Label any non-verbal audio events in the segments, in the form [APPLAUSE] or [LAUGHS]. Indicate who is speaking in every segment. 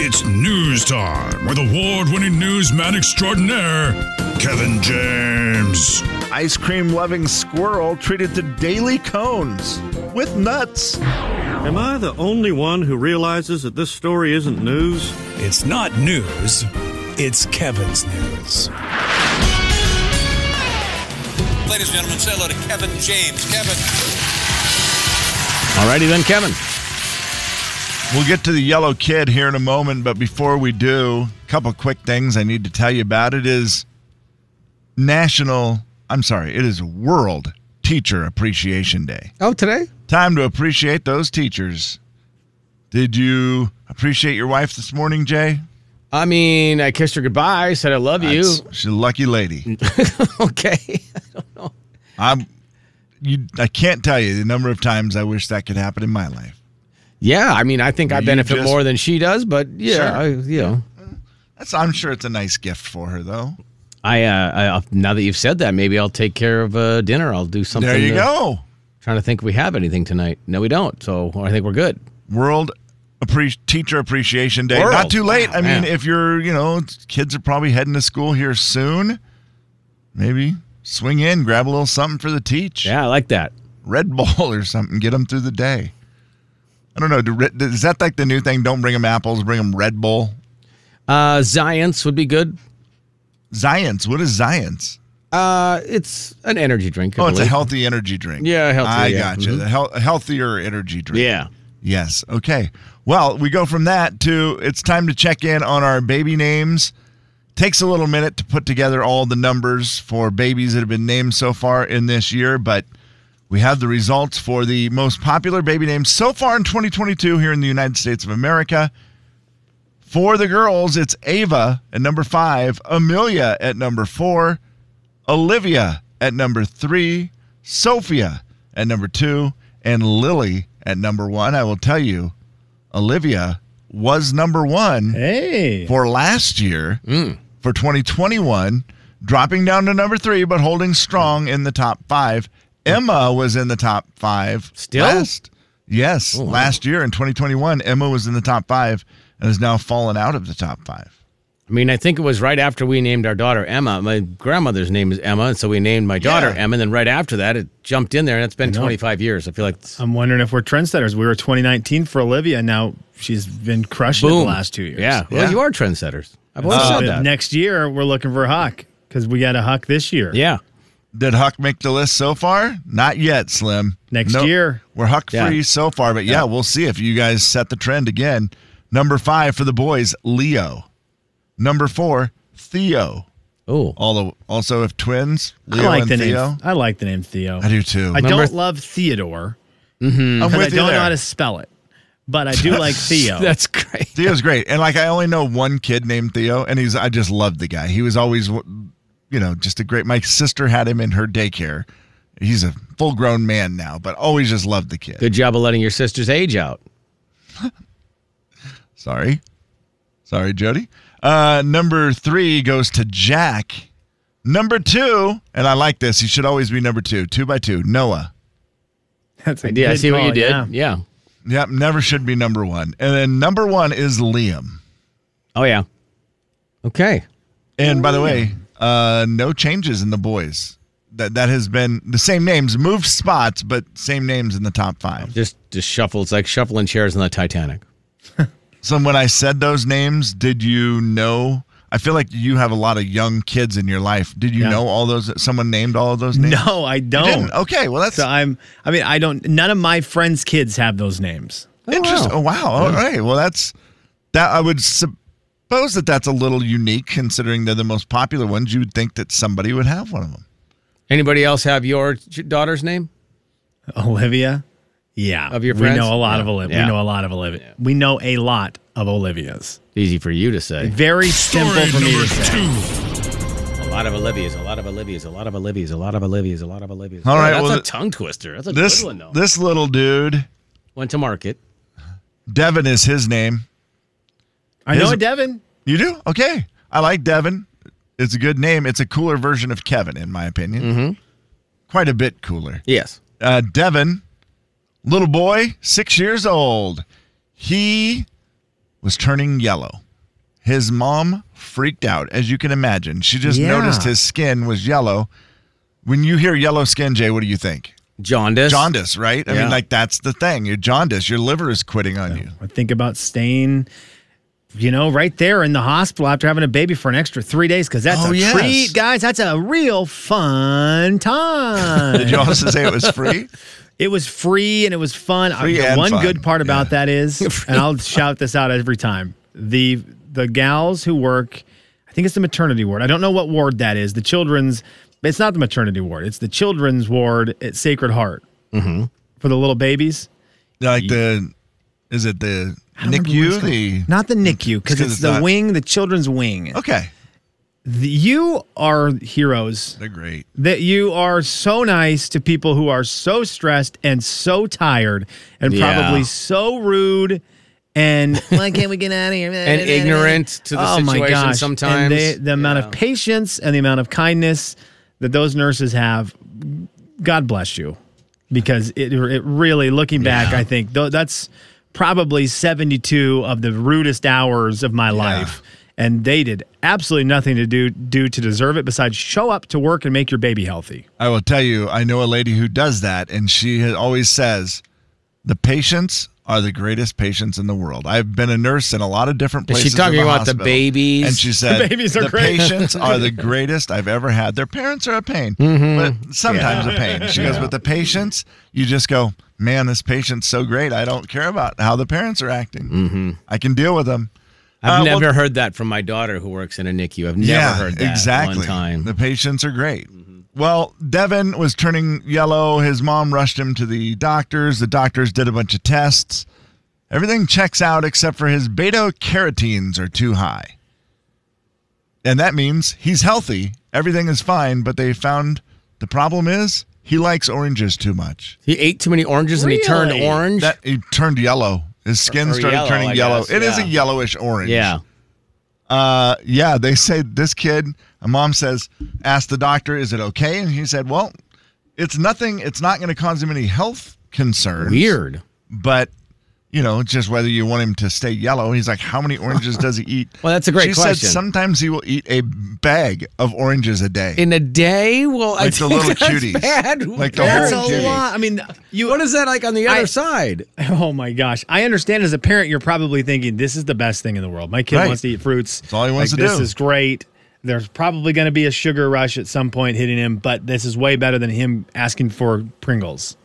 Speaker 1: It's news time with award winning newsman extraordinaire, Kevin James.
Speaker 2: Ice cream loving squirrel treated to daily cones with nuts.
Speaker 3: Am I the only one who realizes that this story isn't news?
Speaker 4: It's not news, it's Kevin's news.
Speaker 5: Ladies and gentlemen, say hello to Kevin James. Kevin.
Speaker 6: Alrighty then, Kevin.
Speaker 2: We'll get to the yellow kid here in a moment, but before we do, a couple quick things I need to tell you about. It is National, I'm sorry, it is World Teacher Appreciation Day.
Speaker 7: Oh, today?
Speaker 2: Time to appreciate those teachers. Did you appreciate your wife this morning, Jay?
Speaker 6: I mean, I kissed her goodbye, said I love you.
Speaker 2: That's- [LAUGHS] She's a lucky lady.
Speaker 6: okay.
Speaker 2: I'm you I can't tell you the number of times I wish that could happen in my life.
Speaker 6: Yeah, I mean, I think I
Speaker 2: You
Speaker 6: benefit
Speaker 2: just-
Speaker 6: more than she does, but yeah,
Speaker 2: Sure.
Speaker 6: I, you know.
Speaker 2: That's I'm sure it's a nice gift for her though.
Speaker 6: I, uh, I uh, now that you've said that, maybe I'll take care of uh, dinner. I'll do something.
Speaker 2: There you
Speaker 6: to-
Speaker 2: go.
Speaker 6: Trying to think if we have anything tonight. No, we don't. So I think we're good.
Speaker 2: World Appre- Teacher Appreciation Day.
Speaker 6: World.
Speaker 2: Not too late.
Speaker 6: Wow,
Speaker 2: I
Speaker 6: man.
Speaker 2: mean, if you're, you know, kids are probably heading to school here soon. Maybe swing in, grab a little something for the teach.
Speaker 6: Yeah, I like that.
Speaker 2: Red Bull or something. Get them through the day. I don't know. do re- Is that like the new thing? Don't bring them apples. Bring them Red Bull.
Speaker 6: Uh, Zions would be good.
Speaker 2: Zions. What is Zions?
Speaker 6: Uh, it's an energy drink. I
Speaker 2: Oh, it's a
Speaker 6: believe.
Speaker 2: healthy energy drink.
Speaker 6: Yeah, healthy,
Speaker 2: I
Speaker 6: yeah.
Speaker 2: gotcha.
Speaker 6: Mhm.
Speaker 2: The hel- a healthier energy drink.
Speaker 6: Yeah.
Speaker 2: Yes. Okay. Well, we go from that to it's time to check in on our baby names. Takes a little minute to put together all the numbers for babies that have been named so far in this year, but we have the results for the most popular baby names so far in 2022 here in the United States of America. For the girls, it's Ava at number five, Amelia at number four, Olivia at number three, Sophia at number two, and Lily at number one. I will tell you, Olivia was number one
Speaker 7: Hey.
Speaker 2: for last year for 2021, dropping down to number three, but holding strong in the top five. Emma was in the top five
Speaker 6: Still?
Speaker 2: last. Yes, last year in 2021, Emma was in the top five and has now fallen out of the top five.
Speaker 6: I mean, I think it was right after we named our daughter Emma. My grandmother's name is Emma, and so we named my daughter
Speaker 2: Yeah.
Speaker 6: Emma. And then right after that, it jumped in there, and it's been 25 years. I feel like it's-
Speaker 7: I'm wondering if we're trendsetters. We were 2019 for Olivia. Now she's been crushing it
Speaker 6: boom.
Speaker 7: the last two years. Oh,
Speaker 6: Yeah. Uh, Well,
Speaker 2: Yeah.
Speaker 6: you are trendsetters. I've always
Speaker 7: So
Speaker 6: said that.
Speaker 7: Next year, we're looking for Huck because we got a Huck this year.
Speaker 6: yeah.
Speaker 2: Did Huck make the list so far? Not yet, Slim.
Speaker 7: Next year.
Speaker 2: We're Huck
Speaker 6: Yeah.
Speaker 2: free so far, but yeah, we'll see if you guys set the trend again. Number five for the boys, Leo. Number four, Theo.
Speaker 6: Oh.
Speaker 2: Although, also, if twins, Leo
Speaker 7: I like
Speaker 2: and
Speaker 7: the
Speaker 2: Theo.
Speaker 7: name. I like the name Theo.
Speaker 2: I do too.
Speaker 7: I
Speaker 6: Number
Speaker 7: don't
Speaker 6: th-
Speaker 7: love Theodore
Speaker 2: I'm
Speaker 7: because [LAUGHS] I
Speaker 2: with you
Speaker 7: don't know how
Speaker 2: there.
Speaker 7: to spell it, but I
Speaker 6: [LAUGHS]
Speaker 7: do like Theo.
Speaker 6: That's great.
Speaker 2: Theo's great, and like I only know one kid named Theo, and he's I just loved the guy. He was always, you know, just a great. My sister had him in her daycare. He's a full grown man now, but always just loved the kid.
Speaker 6: Good job of letting your sister's age out.
Speaker 2: Sorry. Sorry, Jody. Uh, number three goes to Jack. Number two, and I like this. He should always be number two. Two by two. Noah.
Speaker 7: That's a
Speaker 6: Yeah, I
Speaker 7: good
Speaker 6: see what you
Speaker 7: call,
Speaker 6: did. Yeah.
Speaker 7: yeah.
Speaker 2: Yep, never should be number one. And then number one is Liam.
Speaker 6: Oh, yeah. Okay.
Speaker 2: And by the way, uh, no changes in the boys. That that has been the same names, moved spots, but same names in the top five.
Speaker 6: Just, just shuffle. It's like shuffling chairs on the Titanic.
Speaker 2: So when I said those names, did you know? I feel like you have a lot of young kids in your life. Did you
Speaker 7: Yeah.
Speaker 2: know all those? Someone named all of those names.
Speaker 7: No, I
Speaker 6: Oh.
Speaker 2: You
Speaker 7: don't.
Speaker 2: didn't? Oh. Okay, well that's
Speaker 7: So I'm. I mean, I don't. None of my friends' kids have those names.
Speaker 2: interesting. Oh
Speaker 6: wow.
Speaker 2: wow. All right. Well, that's that. I would suppose that that's a little unique considering they're the most popular ones. You would think that somebody would have one of them.
Speaker 6: Anybody else have your daughter's name?
Speaker 7: Olivia. Yeah.
Speaker 6: Of your
Speaker 7: We
Speaker 6: friends?
Speaker 7: know a lot
Speaker 6: Yeah.
Speaker 7: of Olivia.
Speaker 6: Yeah.
Speaker 7: We know a lot of Olivia. We know a lot of Olivias.
Speaker 6: Easy for you to say.
Speaker 7: Very simple
Speaker 1: Story
Speaker 7: for me
Speaker 1: number
Speaker 7: to say.
Speaker 1: two.
Speaker 6: A lot of Olivia's, a lot of Olivia's, a lot of Olivia's, a lot of Olivia's, a lot of Olivia's.
Speaker 2: All
Speaker 6: Oh,
Speaker 2: right,
Speaker 6: That's
Speaker 2: well,
Speaker 6: a
Speaker 2: th-
Speaker 6: tongue twister. That's a
Speaker 2: This
Speaker 6: good one, though.
Speaker 2: this little dude,
Speaker 6: Went to market.
Speaker 2: Devin is his name.
Speaker 7: I know
Speaker 2: His-
Speaker 7: a Devin.
Speaker 2: You do? Okay. I like Devin. It's a good name. It's a cooler version of Kevin, in my opinion.
Speaker 6: Mm-hmm.
Speaker 2: Quite a bit cooler.
Speaker 6: Yes.
Speaker 2: Uh, Devin, little boy, six years old. He was turning yellow. His mom freaked out, as you can imagine. She just
Speaker 8: Yeah.
Speaker 2: noticed his skin was yellow. When you hear yellow skin, Jay, what do you think?
Speaker 6: Jaundice.
Speaker 2: Jaundice, right? I
Speaker 6: Yeah.
Speaker 2: mean, like that's the thing. You're jaundice. Your liver is quitting on you.
Speaker 7: I think about staying, you know, right there in the hospital after having a baby for an extra three days because that's
Speaker 2: Oh,
Speaker 7: a
Speaker 2: yes.
Speaker 7: treat, guys. That's a real
Speaker 6: [LAUGHS]
Speaker 7: fun
Speaker 2: Did you
Speaker 7: time.
Speaker 2: also say it
Speaker 7: [LAUGHS]
Speaker 2: was free?
Speaker 7: it was free and it was fun. I-
Speaker 2: Free
Speaker 7: the
Speaker 2: and
Speaker 7: one
Speaker 2: fun,
Speaker 7: good part about
Speaker 2: [LAUGHS]
Speaker 7: that is, and I'll shout this out every time the the gals who work, I think it's the maternity ward. I don't know what ward that is. The children's, it's not the maternity ward. It's the children's ward at Sacred Heart
Speaker 2: Mm-hmm.
Speaker 7: for the little babies.
Speaker 2: Like the, is it the
Speaker 7: I don't remember what it's
Speaker 2: NICU?
Speaker 7: called.
Speaker 2: The
Speaker 7: not the NICU because
Speaker 2: 'cause
Speaker 7: it's,
Speaker 2: it's
Speaker 7: the
Speaker 2: not-
Speaker 7: wing, the children's wing.
Speaker 2: okay,
Speaker 7: The- you are heroes.
Speaker 2: they're great.
Speaker 7: That you are so nice to people who are so stressed and so tired and
Speaker 6: Yeah.
Speaker 7: probably so rude and why can't we get out of here? [LAUGHS]
Speaker 6: And ignorant to the
Speaker 7: oh my
Speaker 6: situation
Speaker 7: gosh. And
Speaker 6: sometimes.
Speaker 7: they- the amount of patience and the amount of kindness that those nurses have, God bless you, because it it really looking back, I think tho- that's probably seventy two of the rudest hours of my life. And they did absolutely nothing to do do to deserve it besides show up to work and make your baby healthy.
Speaker 2: I will tell you, I know a lady who does that, and she has- always says, "The patients are the greatest patients in the world." I've been a nurse in a lot of different
Speaker 6: Is she
Speaker 2: places. in
Speaker 6: talking
Speaker 2: the
Speaker 6: about the
Speaker 2: hospital,
Speaker 6: babies?
Speaker 2: And she said, "The
Speaker 7: babies are great."
Speaker 2: patients are
Speaker 6: [LAUGHS]
Speaker 2: the greatest I've ever had. Their parents are a pain,
Speaker 6: Mm-hmm.
Speaker 2: but sometimes a pain." She goes, "But the patients, you just go, man, this patient's so great. I don't care about how the parents are acting.
Speaker 6: Mm-hmm.
Speaker 2: I can deal with them."
Speaker 6: I've
Speaker 2: Uh, well-
Speaker 6: never heard that from my daughter who works in a NICU. I've never heard that
Speaker 2: exactly.
Speaker 6: one time. Mm-hmm.
Speaker 2: The patients are great. Well, Devin was turning yellow. His mom rushed him to the doctors. The doctors did a bunch of tests. Everything checks out except for his beta carotenes are too high. And that means he's healthy. Everything is fine, but they found the problem is he likes oranges too much.
Speaker 6: he ate too many oranges and he turned
Speaker 7: Really?
Speaker 6: orange.
Speaker 2: That he turned yellow. His skin
Speaker 6: or
Speaker 2: started
Speaker 6: yellow,
Speaker 2: turning
Speaker 6: I
Speaker 2: yellow.
Speaker 6: guess,
Speaker 2: It is
Speaker 6: yeah.
Speaker 2: a yellowish orange.
Speaker 6: yeah.
Speaker 2: uh, yeah, they say this kid, a mom says, asked the doctor, is it okay? And he said, well, it's nothing. It's not going to cause him any health concerns.
Speaker 6: Weird.
Speaker 2: But, you know, just whether you want him to stay yellow. He's like, how many oranges does
Speaker 6: [LAUGHS]
Speaker 2: he eat?
Speaker 6: Well, that's a great
Speaker 2: she She
Speaker 6: question.
Speaker 2: said sometimes he will eat a bag of oranges a day.
Speaker 6: In a day? Well, I
Speaker 2: Like the
Speaker 6: think
Speaker 2: little
Speaker 6: that's
Speaker 2: cuties.
Speaker 6: bad.
Speaker 2: Like the
Speaker 7: That's
Speaker 2: whole
Speaker 7: a
Speaker 2: kitty.
Speaker 7: lot. I mean, you
Speaker 6: What is that like on the other
Speaker 7: I-
Speaker 6: side?
Speaker 7: [LAUGHS] Oh my gosh. I understand as a parent, you're probably thinking, this is the best thing in the world. My kid
Speaker 2: Right.
Speaker 7: wants to eat fruits.
Speaker 2: all he wants
Speaker 7: Like,
Speaker 2: to
Speaker 7: This
Speaker 2: do.
Speaker 7: is great. There's probably going to be a sugar rush at some point hitting him, but this is way better than him asking for Pringles.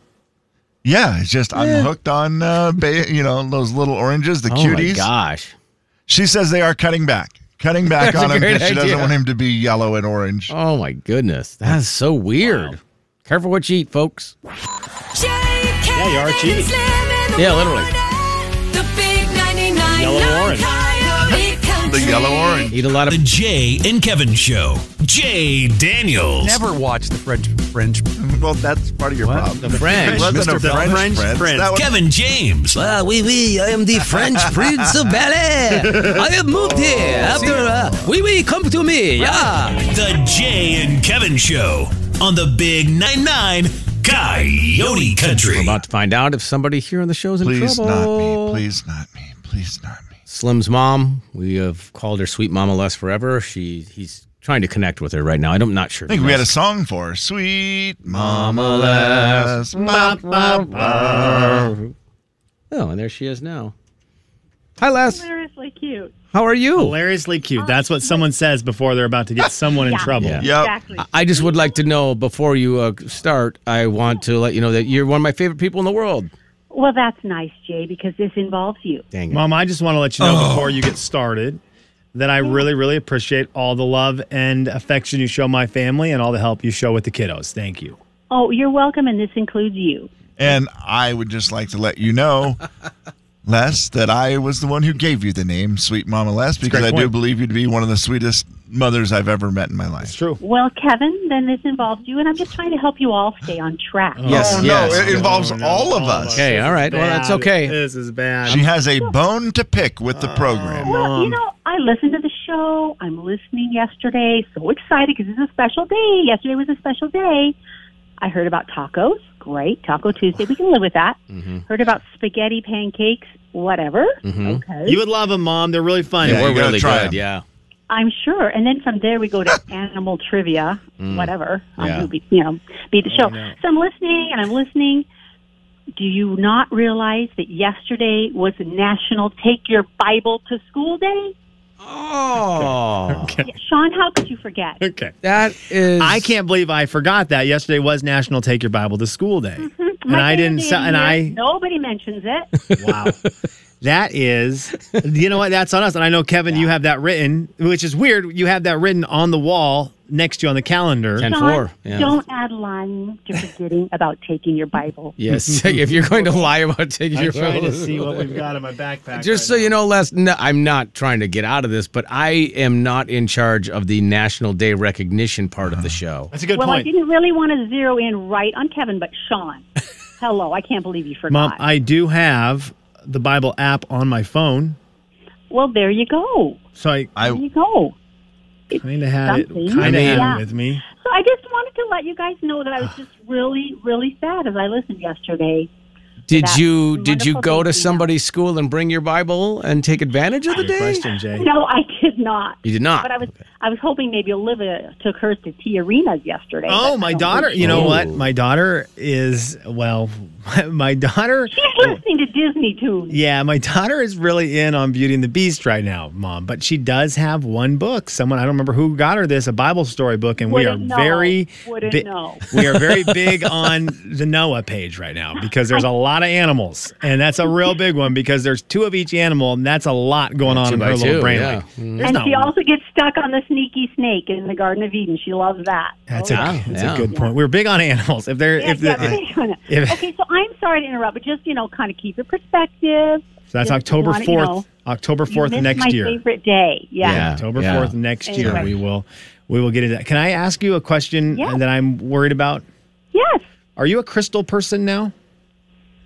Speaker 2: yeah, it's just, I'm hooked on, uh, ba- you know, those little oranges, the
Speaker 6: Oh my
Speaker 2: cuties.
Speaker 6: gosh.
Speaker 2: She says they are cutting back. Cutting back
Speaker 6: [LAUGHS] That's
Speaker 2: on
Speaker 6: a
Speaker 2: him
Speaker 6: great
Speaker 2: because she
Speaker 6: idea.
Speaker 2: doesn't want him to be yellow and orange.
Speaker 6: Oh my goodness. That is so weird. Careful what you eat, folks.
Speaker 9: Yeah,
Speaker 7: you are cheating.
Speaker 6: Yeah, literally.
Speaker 9: The big 99
Speaker 7: Yellow orange.
Speaker 2: [LAUGHS] The yellow orange.
Speaker 6: Eat a lot
Speaker 4: The
Speaker 6: of
Speaker 4: Jay and Kevin Show. Jay Daniels.
Speaker 8: Never watch the French French.
Speaker 2: Well, that's part of your problem.
Speaker 6: French.
Speaker 2: It wasn't
Speaker 7: Mr.
Speaker 2: a French,
Speaker 7: French
Speaker 2: prince.
Speaker 7: prince.
Speaker 2: That was-
Speaker 4: Kevin James.
Speaker 8: Ah, oui, oui, I am the
Speaker 6: [LAUGHS]
Speaker 8: French Prince of Bel Air. I have moved here
Speaker 6: Oh,
Speaker 8: after. Uh, oui, oui, come to me. Yeah.
Speaker 4: The Jay and Kevin Show on the Big 99 Coyote Country.
Speaker 6: We're about to find out if somebody here on the show's in
Speaker 2: Please not
Speaker 6: trouble.
Speaker 2: me. Please not me. Please not me.
Speaker 6: Slim's mom. We have called her sweet mama less forever. She he's trying to connect with her right now. I don't, am not
Speaker 2: I
Speaker 6: sure.
Speaker 2: think we had a song for her. Sweet Mama Les. Ba, ba, ba.
Speaker 6: Oh, and there she is now. Hi, Les.
Speaker 10: seriously cute.
Speaker 6: How are you?
Speaker 7: Hilariously cute. That's what someone says before they're about to get someone [LAUGHS] in trouble.
Speaker 6: Yeah.
Speaker 2: Yep.
Speaker 10: Exactly.
Speaker 6: I- I just would like to know before you uh, start. I want to let you know that you're one of my favorite people in the world.
Speaker 10: Well, that's nice, Jay, because this involves you.
Speaker 6: Dang it.
Speaker 7: Mom, I just want to let you
Speaker 2: Oh.
Speaker 7: know before you get started that I really, really appreciate all the love and affection you show my family and all the help you show with the kiddos. Thank you.
Speaker 10: Oh, you're welcome, and this includes you.
Speaker 2: And I would just like to let you
Speaker 7: [LAUGHS]
Speaker 2: know, Les, that I was the one who gave you the name Sweet Mama Les because
Speaker 7: great
Speaker 2: I do
Speaker 7: point.
Speaker 2: believe you to be one of the sweetest mothers I've ever met in my life.
Speaker 7: True.
Speaker 10: Well, Kevin, then this involves you, and I'm just trying to help you all stay on track.
Speaker 6: Yes,
Speaker 2: oh,
Speaker 6: yes.
Speaker 2: no, it involves all of us.
Speaker 6: Okay, all right. Well, that's okay.
Speaker 7: This is bad.
Speaker 2: She has a bone to pick with
Speaker 7: Uh,
Speaker 2: the program.
Speaker 10: Well, you know, I listened to the show. I'm listening yesterday. So excited because it's a special day. Yesterday was a special day. I heard about tacos. Great. Taco Tuesday. We can live with that. Heard about spaghetti pancakes. Whatever. Okay.
Speaker 7: You would love them, Mom. They're really funny.
Speaker 2: Yeah,
Speaker 6: We're
Speaker 2: you gotta
Speaker 6: really
Speaker 2: try
Speaker 6: good.
Speaker 2: 'em.
Speaker 6: Yeah.
Speaker 10: I'm sure. And then from there we go to animal trivia, whatever. I'm
Speaker 6: Yeah.
Speaker 10: gonna be, you know, be the show. So I'm listening and I'm listening. Do you not realize that yesterday was National Take Your Bible to School Day?
Speaker 6: Oh,
Speaker 7: [LAUGHS]
Speaker 10: Sean, how could you forget?
Speaker 7: Okay.
Speaker 6: that is.
Speaker 7: I can't believe I forgot that. Yesterday was National Take Your Bible to School
Speaker 10: [LAUGHS]
Speaker 7: Day. And I didn't
Speaker 10: Monday
Speaker 7: and
Speaker 10: [LAUGHS]
Speaker 7: I
Speaker 10: nobody mentions it.
Speaker 7: [LAUGHS] wow. That is you know what? That's on us. And I know Kevin, you have that written, which is weird. You have that written on the wall next to you on the calendar.
Speaker 6: Ten
Speaker 10: Sean,
Speaker 6: four. Yeah.
Speaker 10: don't add lying to forgetting about taking your Bible.
Speaker 6: Yes, [LAUGHS] if you're going to lie about taking your
Speaker 7: we've got in my backpack.
Speaker 6: Just so you know, Les, no, I'm not trying to get out of this, but I am not in charge of the National Day recognition part of the show.
Speaker 7: That's a [LAUGHS] good
Speaker 10: well, I
Speaker 7: point.
Speaker 10: didn't really want to zero in right on Kevin, but
Speaker 7: [LAUGHS]
Speaker 10: Sean, hello, I can't believe you forgot.
Speaker 7: Mom, I do have the Bible app on my phone.
Speaker 10: well, there you go.
Speaker 7: So I
Speaker 10: There
Speaker 2: I
Speaker 10: you go.
Speaker 7: kind of had it
Speaker 10: Something.
Speaker 7: kind of
Speaker 10: Yeah.
Speaker 7: had it with me.
Speaker 10: So I just wanted to let you guys know that I was just really, really sad as I listened yesterday.
Speaker 6: Did
Speaker 10: That's
Speaker 6: you did you
Speaker 10: wonderful
Speaker 6: go to
Speaker 10: thinking.
Speaker 6: somebody's school and bring your Bible and take advantage of the
Speaker 7: Good
Speaker 6: day?
Speaker 7: question, Jay.
Speaker 10: No, I did not.
Speaker 6: You did not.
Speaker 10: But I was, I was hoping maybe Olivia took hers to T Arenas yesterday.
Speaker 7: Oh,
Speaker 10: but I
Speaker 7: my
Speaker 10: don't
Speaker 7: daughter.
Speaker 10: think
Speaker 7: You know
Speaker 6: Oh.
Speaker 7: what? My daughter is, well, [LAUGHS] my daughter.
Speaker 10: she- She's listening to Disney tunes.
Speaker 7: Yeah, my daughter is really in on Beauty and the Beast right now, Mom. But she does have one book. Someone I don't remember who got her this, a Bible story book, and we are
Speaker 10: Wouldn't know.
Speaker 7: very
Speaker 10: Wouldn't know.
Speaker 7: we are very big on the Noah page right now because there's a lot of animals, and that's a real big one because there's two of each animal, and that's a lot going on
Speaker 6: Two
Speaker 7: in
Speaker 6: by
Speaker 7: her
Speaker 6: two,
Speaker 7: little brain.
Speaker 6: yeah.
Speaker 7: Like,
Speaker 6: Mm.
Speaker 7: there's
Speaker 10: and
Speaker 7: not
Speaker 10: she
Speaker 7: one.
Speaker 10: also gets stuck on the sneaky snake in the Garden of Eden. She loves that.
Speaker 7: that's
Speaker 10: Oh,
Speaker 7: a,
Speaker 6: yeah.
Speaker 7: that's
Speaker 6: Yeah.
Speaker 7: a good point. We're big on animals. If they're
Speaker 10: yeah,
Speaker 7: if, the,
Speaker 10: yeah, big on it. [LAUGHS]
Speaker 7: if-
Speaker 10: okay, so I'm sorry to interrupt, but just you know, kind of keep your perspective.
Speaker 7: so that's
Speaker 10: Just
Speaker 7: October
Speaker 10: wanna, you
Speaker 7: fourth,
Speaker 10: know,
Speaker 7: October
Speaker 10: you
Speaker 7: fourth
Speaker 10: missed
Speaker 7: next
Speaker 10: my
Speaker 7: year.
Speaker 10: favorite day. Yeah.
Speaker 6: Yeah.
Speaker 7: October
Speaker 6: yeah.
Speaker 7: fourth next year
Speaker 10: Anyway.
Speaker 7: we will we will get into that. Can I ask you a question
Speaker 10: Yeah.
Speaker 7: that I'm worried about?
Speaker 10: Yes.
Speaker 7: Are you a crystal person [LAUGHS] now?